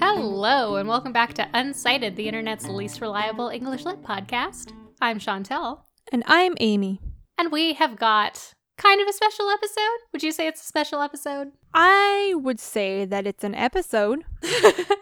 Hello, and welcome back to Unsighted, the internet's least reliable English lit podcast. I'm Chantel, And I'm Amy. and we have got kind of a special episode. Would you say it's a special episode? I would say that it's an episode.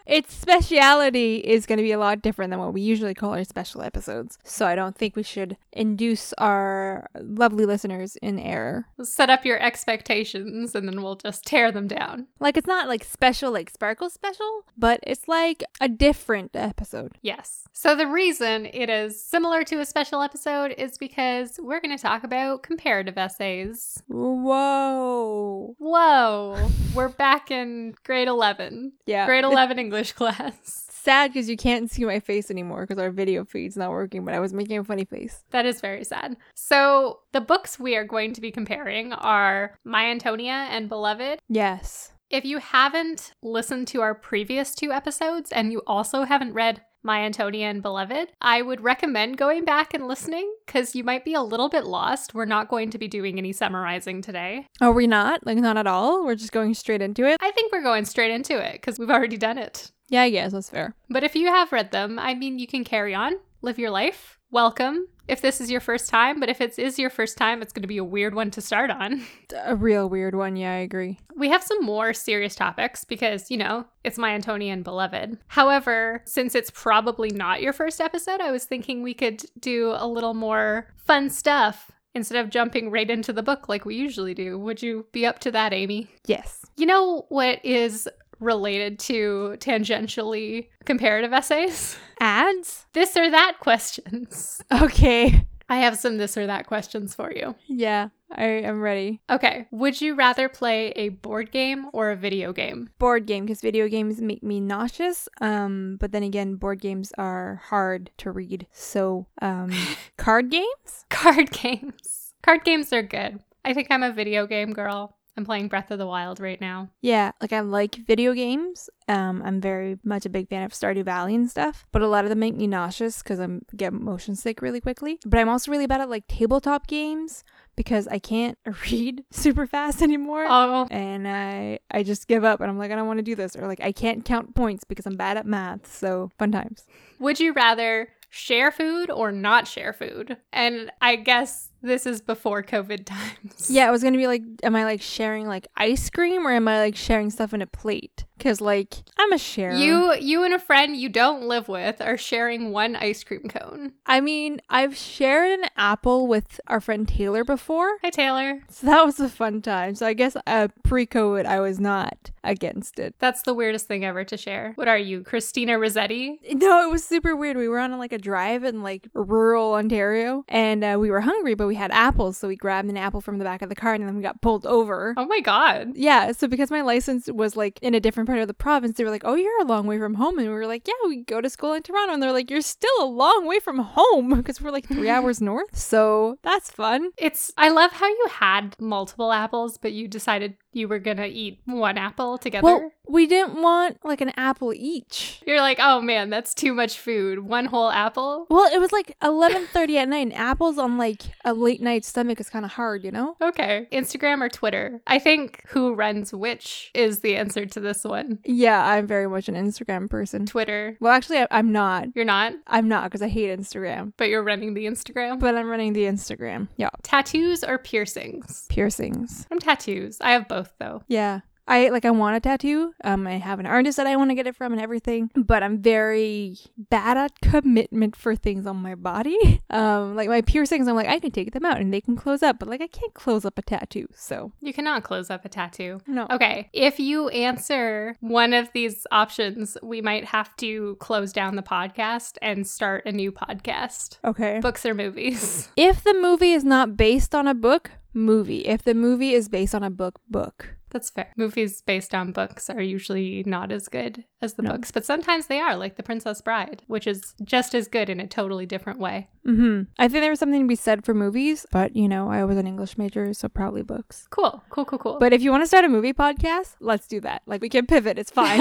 its speciality is going to be a lot different than what we usually call our special episodes. So I don't think we should induce our lovely listeners in error. Set up your expectations, and then we'll just tear them down. Like, it's not like special, like Sparkle special, but it's like a different episode. Yes. So, the reason it is similar to a special episode is because we're going to talk about comparative essays. Whoa. Whoa, we're back in grade 11, Yeah. grade It's 11 English class. Sad because you can't see my face anymore because our video feed's not working, but I was making a funny face. That is very sad. So, the books we are going to be comparing are My Antonia and Beloved. Yes. If you haven't listened to our previous two episodes and you also haven't read My Antonia and Beloved, I would recommend going back and listening because you might be a little bit lost. We're not going to be doing any summarizing today. Are we not? Like, not at all. We're just going straight into it. I think we're going straight into it because we've already done it. Yeah, I guess that's fair. But if you have read them, I mean, you can carry on, live your life. Welcome. If this is your first time, but if it is your first time, it's going to be a weird one to start on. A real weird one. Yeah, I agree. We have some more serious topics because, you know, it's my Antonia and beloved. However, since it's probably not your first episode, I was thinking we could do a little more fun stuff instead of jumping right into the book like we usually do. Would you be up to that, Amy? Yes. You know what is related to tangentially comparative essays? Ads? This or that questions. Okay. I have some this or that questions for you. Yeah, I am ready. Okay, would you rather play a board game or a video game? Board game, because video games make me nauseous. Um, but then again, board games are hard to read. So, um, card games? Card games. Card games are good. I think I'm a video game girl. I'm playing Breath of the Wild right now. Yeah, like I like video games. Um, I'm very much a big fan of Stardew Valley and stuff, but a lot of them make me nauseous because I get motion sick really quickly. But I'm also really bad at like tabletop games because I can't read super fast anymore. Oh, and I I just give up and I'm like I don't want to do this or like I can't count points because I'm bad at math. So fun times. would you rather share food or not share food? And I guess this is before COVID times. Yeah, I was gonna be like, am I like sharing like ice cream or am I like sharing stuff in a plate? Because like I'm a sharer. You you and a friend you don't live with are sharing one ice cream cone. I mean, I've shared an apple with our friend Taylor before. Hi Taylor. So that was a fun time. So I guess uh, pre-COVID, I was not against it. That's the weirdest thing ever to share. What are you, Christina Rossetti? No, it was super weird. We were on like a drive in like rural Ontario, and uh, we were hungry, but we had apples, so we grabbed an apple from the back of the car, and then we got pulled over. Oh my god. Yeah, so because my license was like in a different part of the province, they were like, "Oh, you're a long way from home," and we were like, "Yeah, we go to school in Toronto," and they're like, "You're still a long way from home because we're like three hours north." So that's fun. It's I love how you had multiple apples, but you decided you were gonna eat one apple together. Well, we didn't want like an apple each. You're like, oh man, that's too much food. One whole apple? Well, it was like eleven thirty at night, and apples on like a late night stomach is kind of hard, you know. Okay. Instagram or Twitter? I think who runs which is the answer to this one. Yeah, I'm very much an Instagram person. Twitter. Well, actually, I- I'm not. You're not, I'm not because I hate Instagram, but you're running the Instagram. but I'm running the Instagram. Yeah, tattoos or piercings? piercings. I'm tattoos. I have both though. Yeah. I like I want a tattoo. Um I have an artist that I want to get it from and everything, but I'm very bad at commitment for things on my body. Um like my piercings I'm like I can take them out and they can close up, but like I can't close up a tattoo. So, You cannot close up a tattoo. no. Okay. If you answer one of these options, we might have to close down the podcast and start a new podcast. Okay. Books or movies? If the movie is not based on a book, movie. If the movie is based on a book, book. That's fair. Movies based on books are usually not as good as the No. books, but sometimes they are, like The Princess Bride, which is just as good in a totally different way. Mhm. I think there was something to be said for movies, but you know, I was an English major, so probably books. Cool, cool, cool, cool. But if you want to start a movie podcast, let's do that. Like we can pivot, it's fine.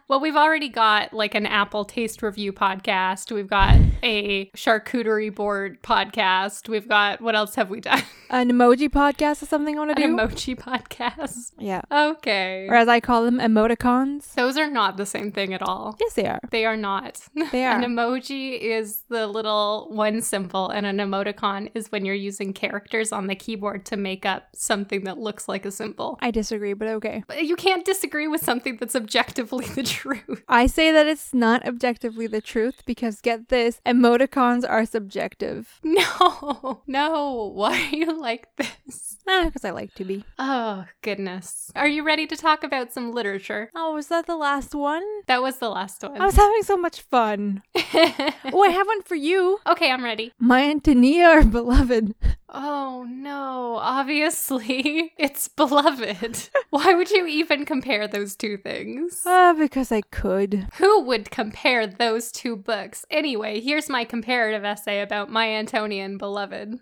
well, we've already got like an Apple taste review podcast. We've got a charcuterie board podcast. We've got what else have we done? an emoji podcast is something I want to An do. emoji podcast. Yeah. Okay. Or as I call them, emoticons. Those are not the same thing at all. Yes, they are. They are not. They An are. emoji is the little one symbol, and an emoticon is when you're using characters on the keyboard to make up something that looks like a symbol. I disagree, but okay. But you can't disagree with something that's objectively the truth. I say that it's not objectively the truth because get this, emoticons are subjective. No, no. Why are you like this? Ah, because I like to be. Oh, goodness. Are you ready to talk about some literature? Oh, was that the last one? That was the last one. I was having so much fun. Oh, I have one for you. okay, I'm ready. My Antonia or beloved. Oh no, obviously. It's beloved. Why would you even compare those two things? Ah, because I could. Who would compare those two books? Anyway, here's my comparative essay about My Antonian Beloved.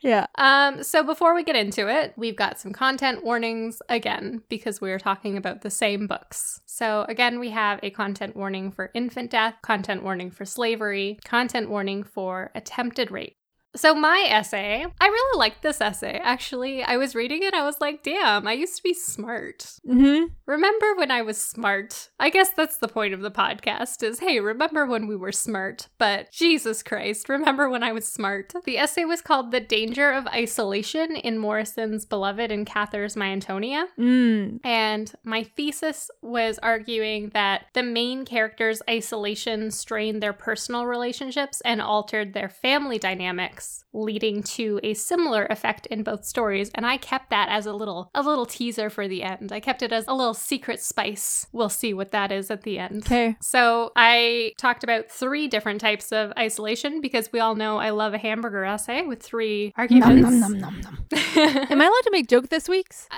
Yeah. Um, so before we get into it, we've got some content warnings again because we are talking about the same books. So again, we have a content warning for infant death, content warning for slavery, content warning for attempted rape. So my essay, I really liked this essay. Actually, I was reading it, I was like, damn, I used to be smart. Mm-hmm. Remember when I was smart? I guess that's the point of the podcast is hey, remember when we were smart, but Jesus Christ, remember when I was smart. The essay was called The Danger of Isolation in Morrison's Beloved and Cather's My Antonia. Mm. And my thesis was arguing that the main character's isolation strained their personal relationships and altered their family dynamics, leading to a similar effect in both stories. And I kept that as a little a little teaser for the end. I kept it as a little secret spice. We'll see what that is at the end. Okay. So I talked about three different types of isolation because we all know I love a hamburger essay with three Nom arguments. nom nom nom nom. Am I allowed to make joke this week's? Uh,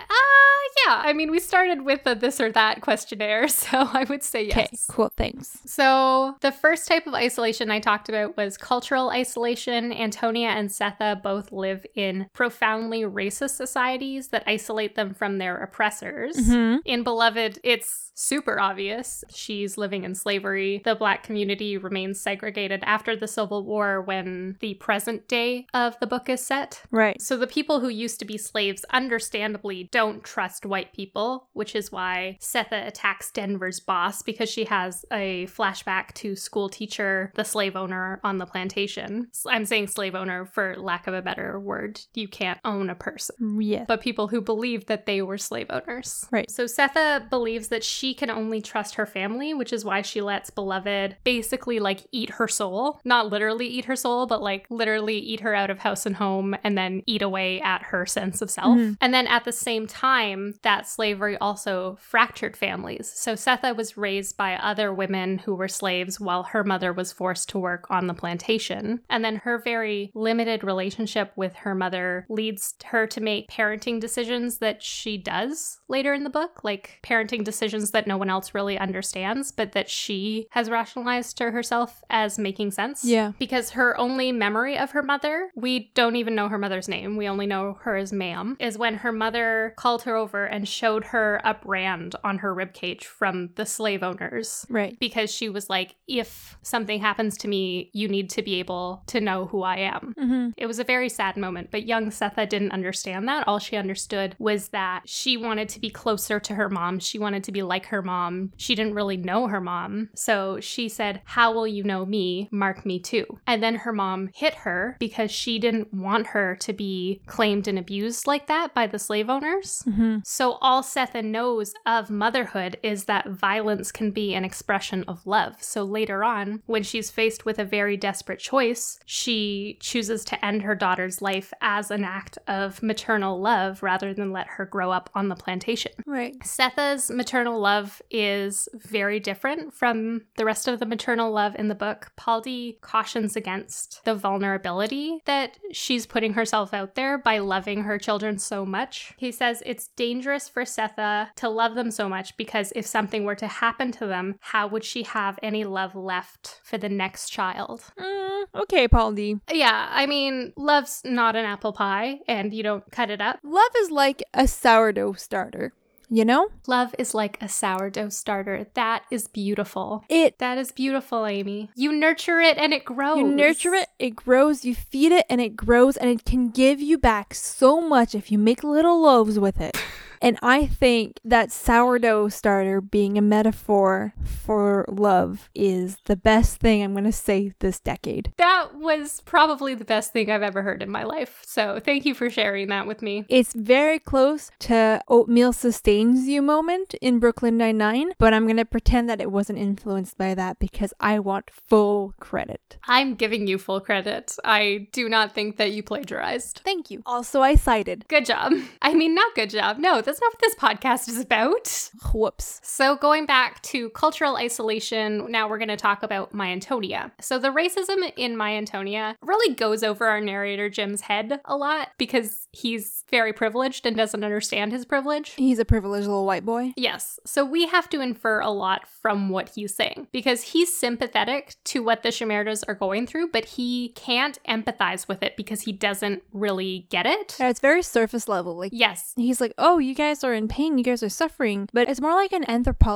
yeah. I mean, we started with a this or that questionnaire, so I would say yes. Okay. Cool. Thanks. So, the first type of isolation I talked about was cultural isolation. Antonia and Setha both live in profoundly racist societies that isolate them from their oppressors. Mm-hmm. In Beloved, it's super obvious. She's living in slavery. The black community remains segregated after the Civil War when the present day of the book is set. Right. So the people who used to be slaves understandably don't trust white people, which is why Setha attacks Denver's boss because she has a flashback to school teacher, the slave owner on the plantation. S- I'm saying slave owner for lack of a better word. You can't own a person Yes. but people who believed that they were slave owners. Right. So Setha believes that she can only trust her family, which is why she lets Beloved basically like eat her soul. Not literally eat her soul, but like literally eat her out of house and home and then eat away at her sense of self. Mhm. And then at the same time, that slavery also fractured families. So Setha was raised by other women who were slaves while her mother was forced to work on the plantation. And then her very limited relationship with her mother leads her to make parenting decisions that she does later in the book, like parenting decisions that no one else really understands, but that she has rationalized to herself as making sense Yeah. because her only memory of her mother, we don't even know her mother's name, we only know her as ma'am, is when her mother called her over and showed her a brand on her ribcage from the slave owners. Right. Because she was like, if something happens to me, you need to be able to know who I am. Mm-hmm. It was a very sad moment, but young Setha didn't understand that. All she understood was that she wanted to be closer to her mom. She wanted to be like her mom. She didn't really know her mom. So she said, How will you know me? Mark me too. And then her mom hit her because she didn't want her to be claimed and abused like that by the slave owners. Mm-hmm. So, all Setha knows of motherhood is that violence can be an expression of love. So, later on, when she's faced with a very desperate choice, she chooses to end her daughter's life as an act of maternal love rather than let her grow up on the plantation. Right. Setha's maternal love is very different from the rest of the maternal love in the book. Paldi cautions against the vulnerability that she's putting herself out there by loving her children so much. He says it's dangerous for Setha to love them so much because if something were to happen to them, how would she have any love left for the next child? Mm, okay, Paul D. Yeah, I mean, love's not an apple pie and you don't cut it up. Love is like a sourdough starter. You know? Love is like a sourdough starter. That is beautiful. It That is beautiful, Amy. You nurture it and it grows. You nurture it, it grows, you feed it, and it grows, and it can give you back so much if you make little loaves with it. And I think that sourdough starter being a metaphor for love is the best thing I'm going to say this decade. That was probably the best thing I've ever heard in my life. So thank you for sharing that with me. It's very close to oatmeal sustains you moment in Brooklyn Nine-Nine, but I'm going to pretend that it wasn't influenced by that because I want full credit. I'm giving you full credit. I do not think that you plagiarized. Thank you. Also, I cited. Good job. I mean, not good job. No, that's not what this podcast is about. Whoops. So, going back to cultural isolation, now we're going to talk about My Antonia. So, the racism in My Antonia really goes over our narrator Jim's head a lot because he's very privileged and doesn't understand his privilege. He's a privileged little white boy. Yes. So we have to infer a lot from what he's saying because he's sympathetic to what the Shimerdas are going through, but he can't empathize with it because he doesn't really get it. Yeah, it's very surface level. Like Yes. he's like, "Oh, you guys are in pain. You guys are suffering," but it's more like an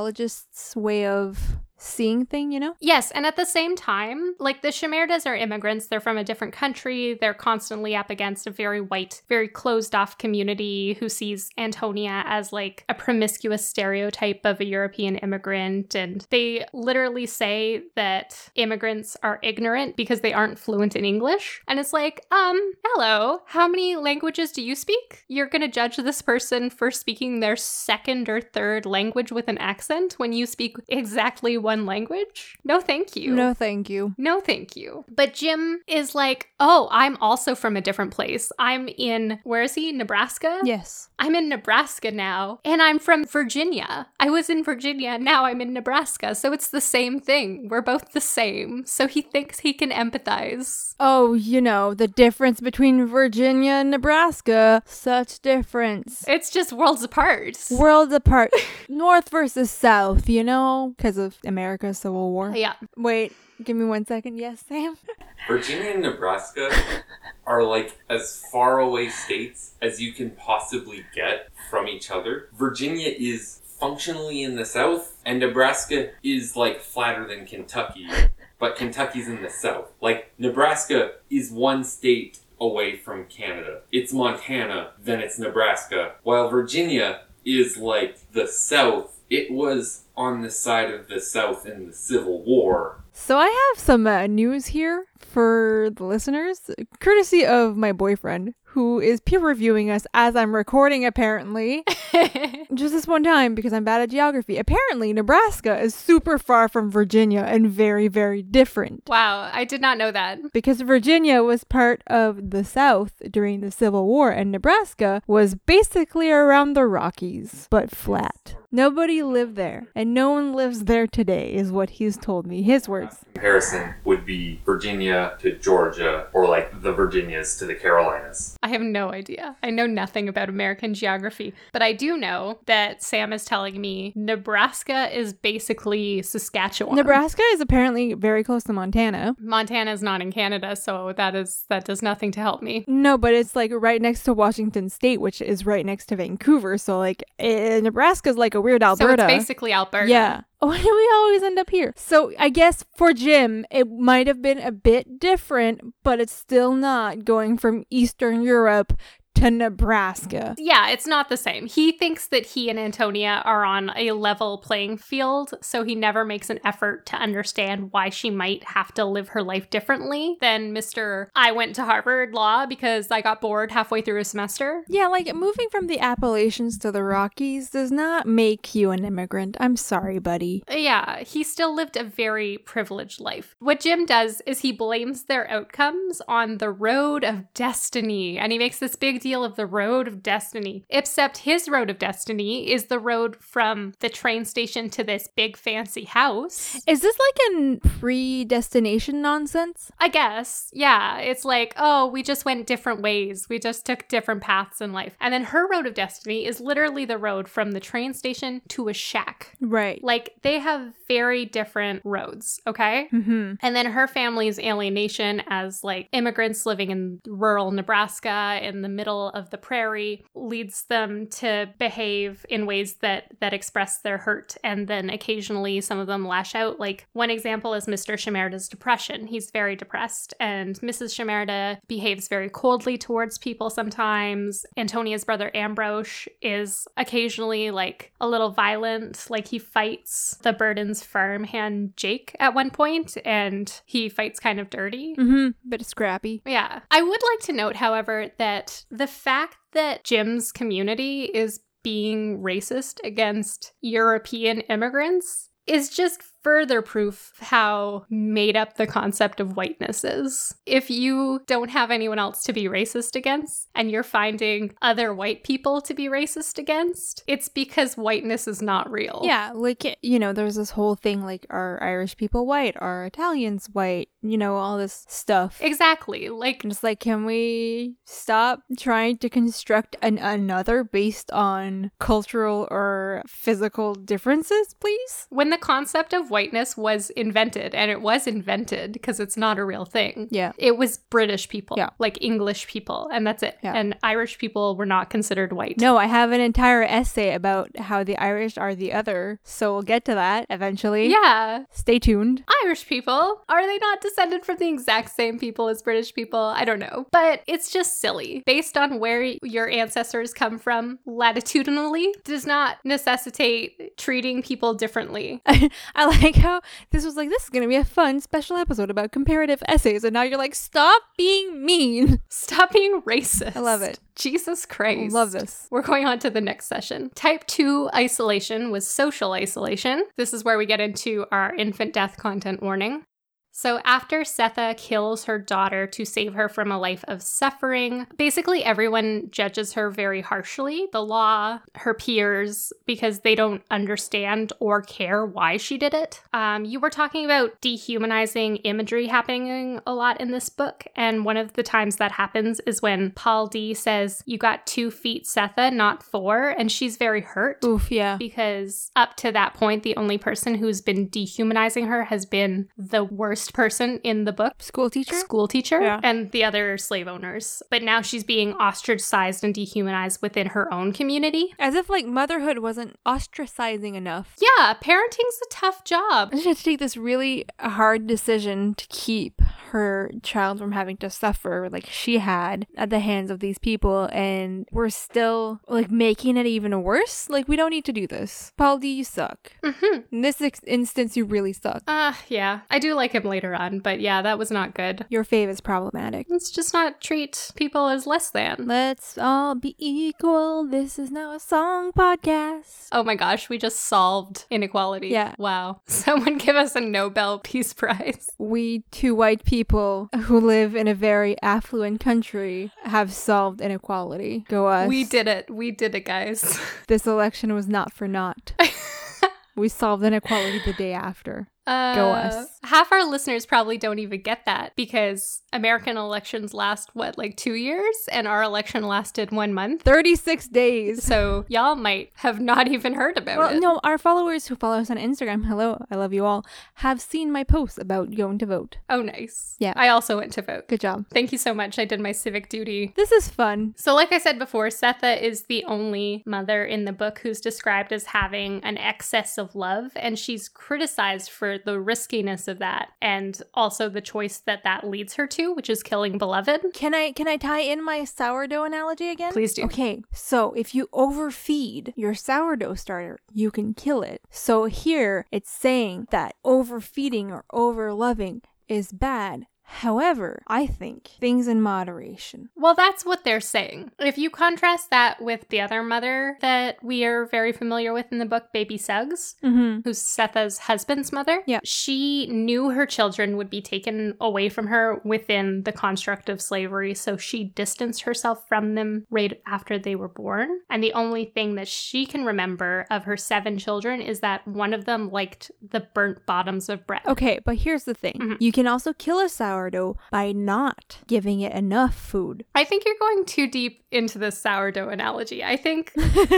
anthropologist's way of seeing thing, you know? Yes, and at the same time, like the Shimerdas are immigrants, they're from a different country, they're constantly up against a very white, very closed off community who sees Antonia as like a promiscuous stereotype of a European immigrant. And they literally say that immigrants are ignorant because they aren't fluent in English. And it's like, um, hello, how many languages do you speak? You're gonna judge this person for speaking their second or third language with an accent when you speak exactly one language? No, thank you. No, thank you. No, thank you. But Jim is like, oh, I'm also from a different place. I'm in, where is he? Nebraska? Yes. I'm in Nebraska now, and I'm from Virginia. I was in Virginia, now I'm in Nebraska. So it's the same thing. We're both the same. So he thinks he can empathize. Oh, you know, the difference between Virginia and Nebraska, such difference. It's just worlds apart. Worlds apart. North versus South, you know, because of America's Civil War. Yeah. Wait, give me one second. Yes, Sam. Virginia and Nebraska are like as far away states as you can possibly get from each other. Virginia is functionally in the south, and Nebraska is like flatter than Kentucky, but Kentucky's in the south. Like, Nebraska is one state away from Canada. It's Montana, then it's Nebraska, while Virginia is like the south. It was on the side of the south in the Civil War. So I have some uh, news here for the listeners, courtesy of my boyfriend, who is peer reviewing us as I'm recording, apparently. Just this one time, because I'm bad at geography. Apparently, Nebraska is super far from Virginia and very, very different. wow, I did not know that. Because Virginia was part of the South during the Civil War, and Nebraska was basically around the Rockies, but flat. Nobody lived there, and no one lives there today, is what he's told me. His words. comparison would be Virginia to Georgia, or like the Virginias to the Carolinas. I have no idea. I know nothing about American geography, but I do know that Sam is telling me Nebraska is basically Saskatchewan. Nebraska is apparently very close to Montana. Montana is not in Canada, so that is that does nothing to help me. No, but it's like right next to Washington State, which is right next to Vancouver. So like eh, Nebraska's like a weird Alberta. So it's basically Alberta. yeah. Why do we always end up here? So I guess for Jim, it might have been a bit different, but it's still not going from Eastern Europe to Nebraska. Yeah, it's not the same. He thinks that he and Antonia are on a level playing field, so he never makes an effort to understand why she might have to live her life differently than Mr. I went to Harvard Law because I got bored halfway through a semester. Yeah, like moving from the Appalachians to the Rockies does not make you an immigrant. I'm sorry, buddy. Yeah, he still lived a very privileged life. What Jim does is he blames their outcomes on the road of destiny, and he makes this big deal of the road of destiny. Except his road of destiny is the road from the train station to this big fancy house. Is this like an predestination nonsense? I guess, yeah, it's like, oh, we just went different ways. We just took different paths in life. And then her road of destiny is literally the road from the train station to a shack. Right. Like, they have very different roads, okay? Mm-hmm. And then her family's alienation as like immigrants living in rural Nebraska in the middle middle of the prairie leads them to behave in ways that that express their hurt and then occasionally some of them lash out like one example is mr shimerda's depression he's very depressed and mrs shimerda behaves very coldly towards people sometimes antonia's brother ambrose is occasionally like a little violent like he fights the burden's farm hand jake at one point and he fights kind of dirty Mm-hmm. Bit of scrappy. yeah. I would like to note, however, that the fact that Jim's community is being racist against European immigrants is just further proof how made up the concept of whiteness is. If you don't have anyone else to be racist against and you're finding other white people to be racist against, it's because whiteness is not real. Yeah, like it- you know, there's this whole thing like are Irish people white, are Italians white, you know, all this stuff. Exactly. Like And it's like, can we stop trying to construct an another based on cultural or physical differences, please? when the concept of whiteness was invented, and it was invented because it's not a real thing. Yeah. It was British people, Yeah. like English people, and that's it. Yeah. And Irish people were not considered white. No, I have an entire essay about how the Irish are the other, so we'll get to that eventually. Yeah. Stay tuned. Irish people, are they not descended from the exact same people as British people? I don't know. But it's just silly. Based on where your ancestors come from, latitudinally, does not necessitate treating people differently. I like how this was like, this is going to be a fun special episode about comparative essays, and now you're like, stop being mean. Stop being racist. I love it. Jesus Christ. Love this. We're going on to the next session. Type 2 isolation was social isolation. This is where we get into our infant death content warning. So, after Setha kills her daughter to save her from a life of suffering, basically everyone judges her very harshly the law, her peers, because they don't understand or care why she did it. Um, you were talking about dehumanizing imagery happening a lot in this book, and one of the times that happens is when Paul D says, You got two feet, Setha, not four, and she's very hurt Oof, yeah. because up to that point, the only person who's been dehumanizing her has been the worst person in the book. School teacher? School teacher Yeah. and the other slave owners. But now she's being ostracized and dehumanized within her own community. As if like motherhood wasn't ostracizing enough. Yeah, parenting's a tough job. And She had to take this really hard decision to keep her child from having to suffer like she had at the hands of these people, and we're still like making it even worse. Like, we don't need to do this. Paul D, you suck. hmm In this ex- instance, you really suck. Uh, yeah. I do like him later on, but yeah, that was not good. Your fave is problematic. Let's just not treat people as less than. Let's all be equal. This is now a song podcast. Oh my gosh, we just solved inequality. Yeah. Wow. Someone give us a Nobel Peace Prize. we two white people who live in a very affluent country have solved inequality. Go us. We did it. We did it, guys. This election was not for naught. we solved inequality the day after. Uh, us. Half our listeners probably don't even get that because American elections last, what, like two years? And our election lasted one month. 36 days. So y'all might have not even heard about Well, it. no, our followers who follow us on Instagram, hello, I love you all, have seen my posts about going to vote. Oh, nice. Yeah. I also went to vote. Good job. Thank you so much. I did my civic duty. This is fun. So, like I said before, Setha is the only mother in the book who's described as having an excess of love, and she's criticized for the riskiness of that and also the choice that that leads her to, which is killing Beloved. Can I can I tie in my sourdough analogy again? Please do. Okay, so if you overfeed your sourdough starter, you can kill it. So here it's saying that overfeeding or overloving is bad. However, I think things in moderation. Well, that's what they're saying. If you contrast that with the other mother that we are very familiar with in the book, Baby Suggs, Mm-hmm. who's Setha's husband's mother, Yeah. she knew her children would be taken away from her within the construct of slavery, so she distanced herself from them right after they were born. And the only thing that she can remember of her seven children is that one of them liked the burnt bottoms of bread. Okay, but here's the thing. Mhm. You can also kill a sourdough by not giving it enough food. I think you're going too deep into the sourdough analogy. I think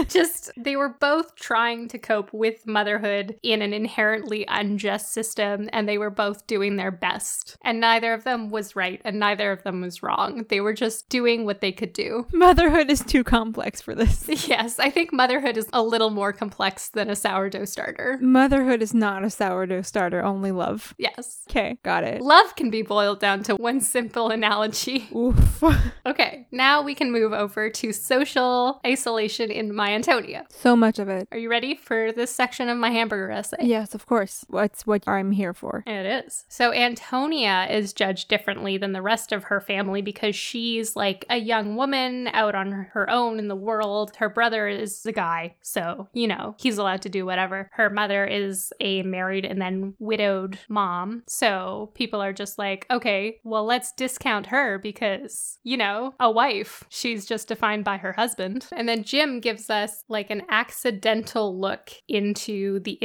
just they were both trying to cope with motherhood in an inherently unjust system, and they were both doing their best. And neither of them was right, and neither of them was wrong. They were just doing what they could do. Motherhood is too complex for this. Yes, I think motherhood is a little more complex than a sourdough starter. Motherhood is not a sourdough starter, only love. Yes. Okay, got it. Love can be boiled down to one simple analogy. Oof. Okay, now we can move over to social isolation in My Antonia. so much of it. Are you ready for this section of my hamburger essay? Yes, of course. That's what I'm here for. It is. So Antonia is judged differently than the rest of her family because she's like a young woman out on her own in the world. Her brother is a guy, so, you know, he's allowed to do whatever. Her mother is a married and then widowed mom. So people are just like, okay, well, let's discount her because, you know, a wife. She's just defined by her husband. And then Jim gives us like an accidental look into the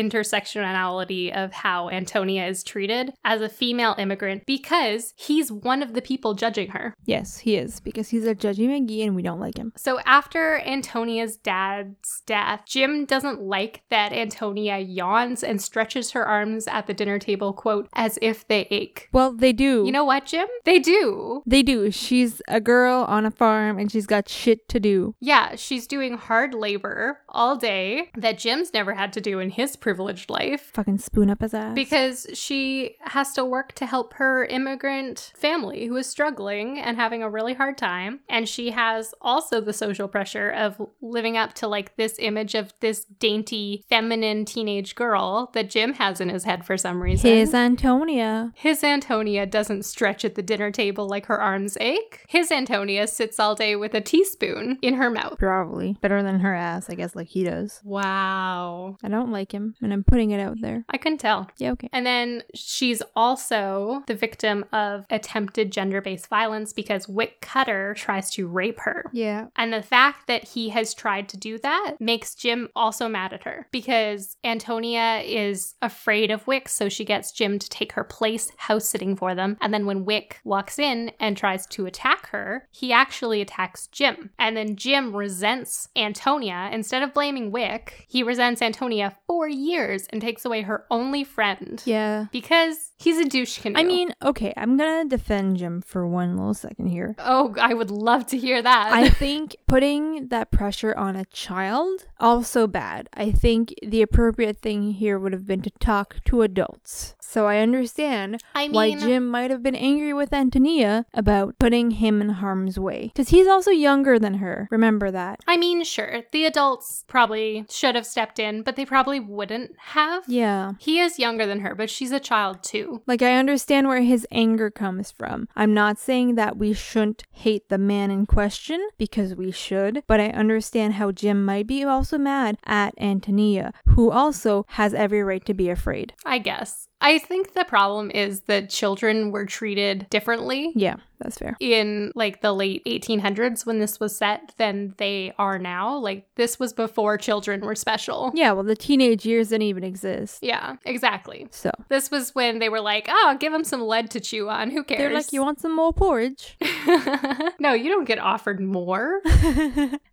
intersectionality of how Antonia is treated as a female immigrant because he's one of the people judging her. Yes, he is, because he's a judgy McGee and we don't like him. So after Antonia's dad's death, Jim doesn't like that Antonia yawns and stretches her arms at the dinner table, quote, as if they ache. Well, they do. You know what, Jim? They do. They do. She's a girl on a farm and she's got shit to do. Yeah, she's doing hard labor all day that Jim's never had to do in his privileged life Fucking spoon up his ass. because she has to work to help her immigrant family who is struggling and having a really hard time. And she has also the social pressure of living up to like this image of this dainty, feminine teenage girl that Jim has in his head for some reason. his Antonia. His Antonia doesn't stretch at the dinner table like her arms ache. His Antonia sits all day with a teaspoon in her mouth. Probably. Better than her ass, I guess, like he does. Wow. I don't like him, and I'm putting it out there. I couldn't tell. Yeah, okay. And then she's also the victim of attempted gender based violence because Wick Cutter tries to rape her. Yeah. And the fact that he has tried to do that makes Jim also mad at her because Antonia is afraid of Wick, so she gets Jim to take her place house sitting for them. And then when Wick walks in and tries to attack her, he actually attacks Jim. And then Jim resents Antonia. Instead of blaming Wick, he resents Antonia for years and takes away her only friend Yeah. because he's a douche canoe. I mean, okay, I'm gonna defend Jim for one little second here. oh, I would love to hear that. I think putting that pressure on a child also bad. I think the appropriate thing here would have been to talk to adults. So I understand I mean, why Jim might have been angry with Antonia about putting him in harm's way because he's also younger than her. Remember that. I mean, sure, the adults probably should have stepped in, but they probably wouldn't have. Yeah. He is younger than her, but she's a child too. Like, I understand where his anger comes from. I'm not saying that we shouldn't hate the man in question, because we should, but I understand how Jim might be also mad at Antonia, who also has every right to be afraid. I guess. I think the problem is that children were treated differently Yeah, that's fair. in like the late 1800s when this was set than they are now. Like this was before children were special. Yeah, well, the teenage years didn't even exist. Yeah, exactly. So, This was when they were like, "Oh, give them some lead to chew on. Who cares?" they're like, you want some more porridge? no, you don't get offered more.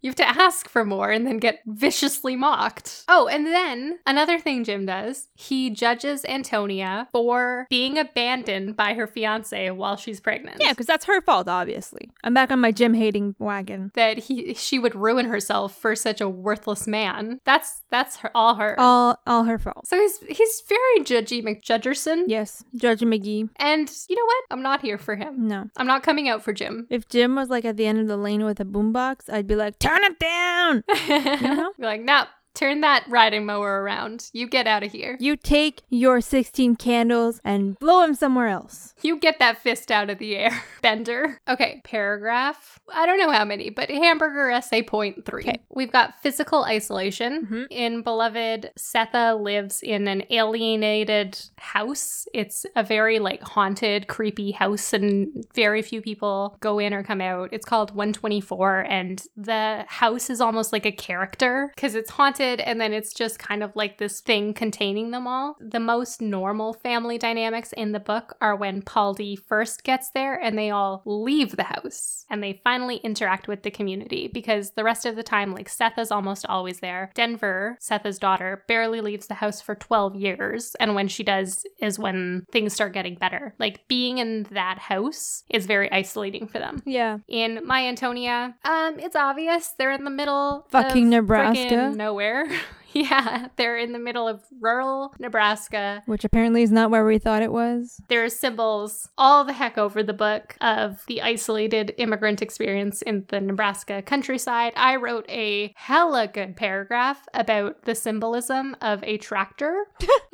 You have to ask for more and then get viciously mocked. Oh, and then another thing Jim does he judges Antonia for being abandoned by her fiance while she's pregnant. yeah, because that's her fault, obviously. I'm back on my Jim hating wagon. That he she would ruin herself for such a worthless man. That's that's her, all her. All, all her fault. so he's he's very judgy McJudgerson. Yes, Judge McGee. And you know what? I'm not here for him. No. I'm not coming out for Jim. If Jim was like at the end of the lane with a boombox, I'd be like, turn it down. know? You're like, nah, turn that riding mower around. You get out of here. You take your 16 candles and blow them somewhere else. You get that fist out of the air, Bender. Okay, paragraph. I don't know how many, but hamburger essay point three. Mm-hmm. Okay. We've got physical isolation. Mhm. In Beloved, Setha lives in an alienated house. It's a very like haunted, creepy house, and very few people go in or come out. It's called 124, and the house is almost like a character because it's haunted adopted, and then it's just kind of like this thing containing them all. The most normal family dynamics in the book are when Paldi first gets there and they all leave the house and they finally interact with the community because the rest of the time, like Seth is almost always there. Denver, Seth's daughter, barely leaves the house for 12 years, and when she does is when things start getting better. Like being in that house is very isolating for them Yeah. in My Antonia. Um, it's obvious they're in the middle Fucking of Nebraska. frickin' nowhere. yeah, they're in the middle of rural Nebraska. Which apparently is not where we thought it was. There are symbols all the heck over the book of the isolated immigrant experience in the Nebraska countryside. I wrote a hella good paragraph about the symbolism of a tractor.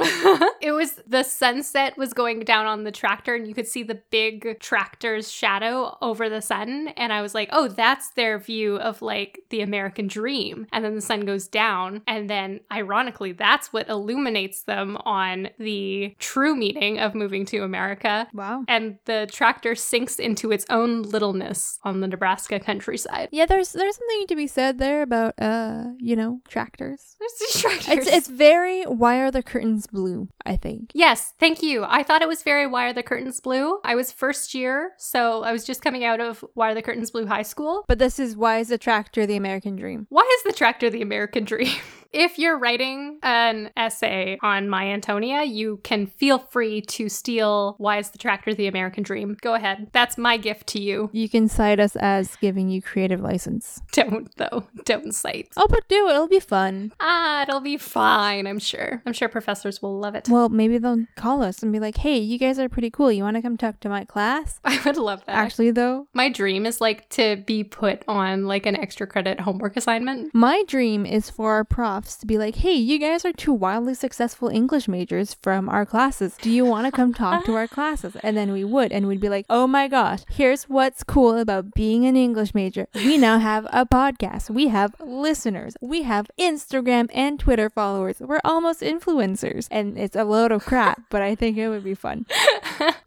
it was the sunset was going down on the tractor, and you could see the big tractor's shadow over the sun. And I was like, oh, that's their view of like the American dream. And then the sun goes down. And then, ironically, that's what illuminates them on the true meaning of moving to America. Wow. And the tractor sinks into its own littleness on the Nebraska countryside. Yeah, there's there's something to be said there about uh, you know, tractors. There's these tractors. It's it's very why are the curtains blue, I think. Yes, thank you. I thought it was very Why Are the Curtains Blue. I was first year, so I was just coming out of Why Are the Curtains Blue High School. But this is why is the tractor the American dream? Why is the tractor the American dream? If you're writing an essay on My Antonia, you can feel free to steal Why is the Tractor the American Dream? Go ahead. That's my gift to you. You can cite us as giving you creative license. Don't, though. Don't cite. Oh, but do it. It'll be fun. Ah, it'll be fine, I'm sure. I'm sure professors will love it. Well, maybe they'll call us and be like, "Hey, you guys are pretty cool. You want to come talk to my class?" I would love that. Actually, though, my dream is like to be put on like an extra credit homework assignment my dream is for our profs to be like, "Hey, you guys are two wildly successful English majors from our classes. Do you want to come talk to our classes?" And then we would, and we'd be like, "Oh my gosh, here's what's cool about being an English major. We now have a podcast. We have listeners. We have Instagram and Twitter followers. We're almost influencers." And it's a load of crap, but I think it would be fun.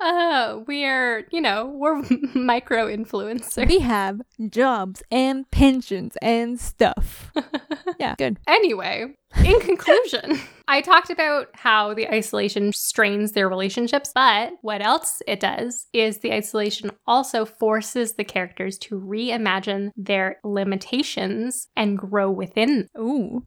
uh, we're, you know, we're micro influencers. We have jobs and pensions and stuff. yeah, good. Anyway, in conclusion, I talked about how the isolation strains their relationships, but what else it does is the isolation also forces the characters to reimagine their limitations and grow within Ooh.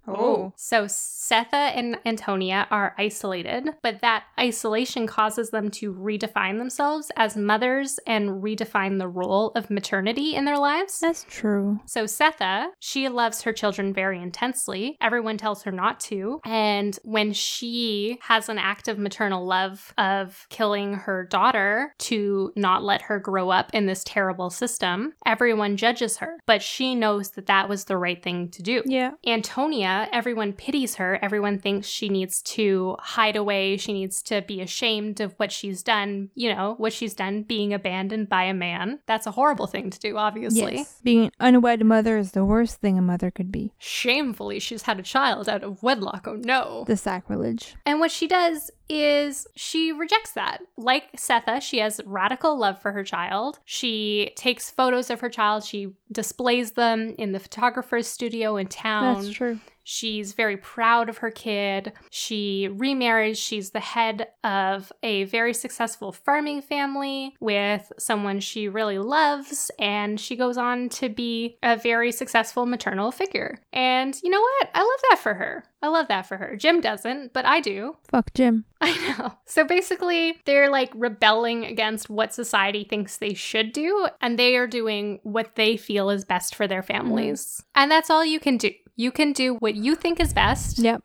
So Setha and Antonia are isolated, but that isolation causes them to redefine themselves as mothers and redefine the role of maternity in their lives. That's true. So Setha, she loves her children very intensely. Everyone tells her not to. And when she has an act of maternal love of killing her daughter to not let her grow up in this terrible system, everyone judges her. But she knows that that was the right thing to do. Yeah. Antonia, everyone pities her. Everyone thinks she needs to hide away. She needs to be ashamed of what she's done, you know, what she's done being abandoned by a man. That's a horrible thing to do, obviously. Yes. Being an unwed mother is the worst thing a mother could be. Shamefully, she's had a child out of wedlock. Oh no. The sacrilege. And what she does is she rejects that. Like Setha, she has radical love for her child. She takes photos of her child, she displays them in the photographer's studio in town. That's true. She's very proud of her kid. She remarries. She's the head of a very successful farming family with someone she really loves, and she goes on to be a very successful maternal figure. And you know what? I love that for her. I love that for her. Jim doesn't, but I do. Fuck Jim. I know. So basically, they're like rebelling against what society thinks they should do, and they are doing what they feel is best for their families. Mm-hmm. And that's all you can do. You can do what you think is best Yep.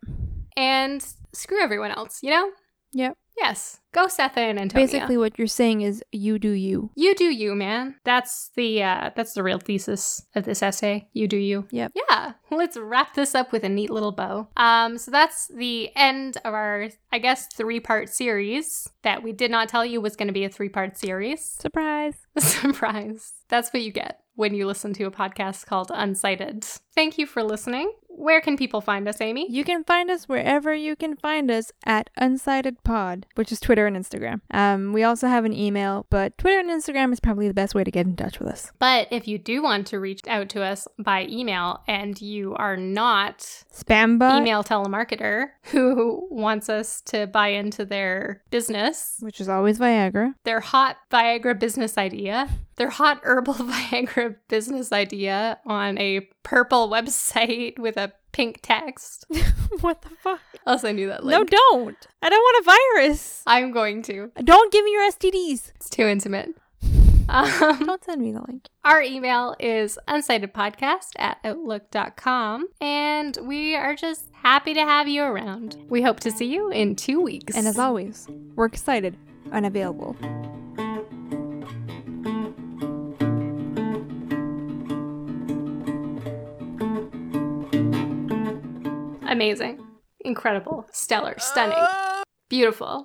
and screw everyone else, you know? Yep. Yes. Go Setha and Antonia. Basically, what you're saying is you do you. you do you, man. That's the uh that's the real thesis of this essay. You do you. Yep. Yeah, let's wrap this up with a neat little bow. Um, so that's the end of our, I guess, three part series that we did not tell you was going to be a three part series. Surprise. Surprise. That's what you get. when you listen to a podcast called Unsighted. Thank you for listening. Where can people find us, Amy? You can find us wherever you can find us at Unsighted Pod, which is Twitter and Instagram. Um, we also have an email, but Twitter and Instagram is probably the best way to get in touch with us. But if you do want to reach out to us by email and you are not Spam bot, email telemarketer who wants us to buy into their business, which is always Viagra. their hot Viagra business idea, their hot herbal Viagra business idea on a purple website with a pink text. what the fuck? I'll send you that link. No, don't. I don't want a virus. I'm going to. Don't give me your STDs. It's too intimate. Um, Don't send me the link. Our email is unsightedpodcast at outlook.com, and we are just happy to have you around. We hope to see you in two weeks. And as always, we're excited, unavailable. amazing, incredible, stellar, stunning, beautiful.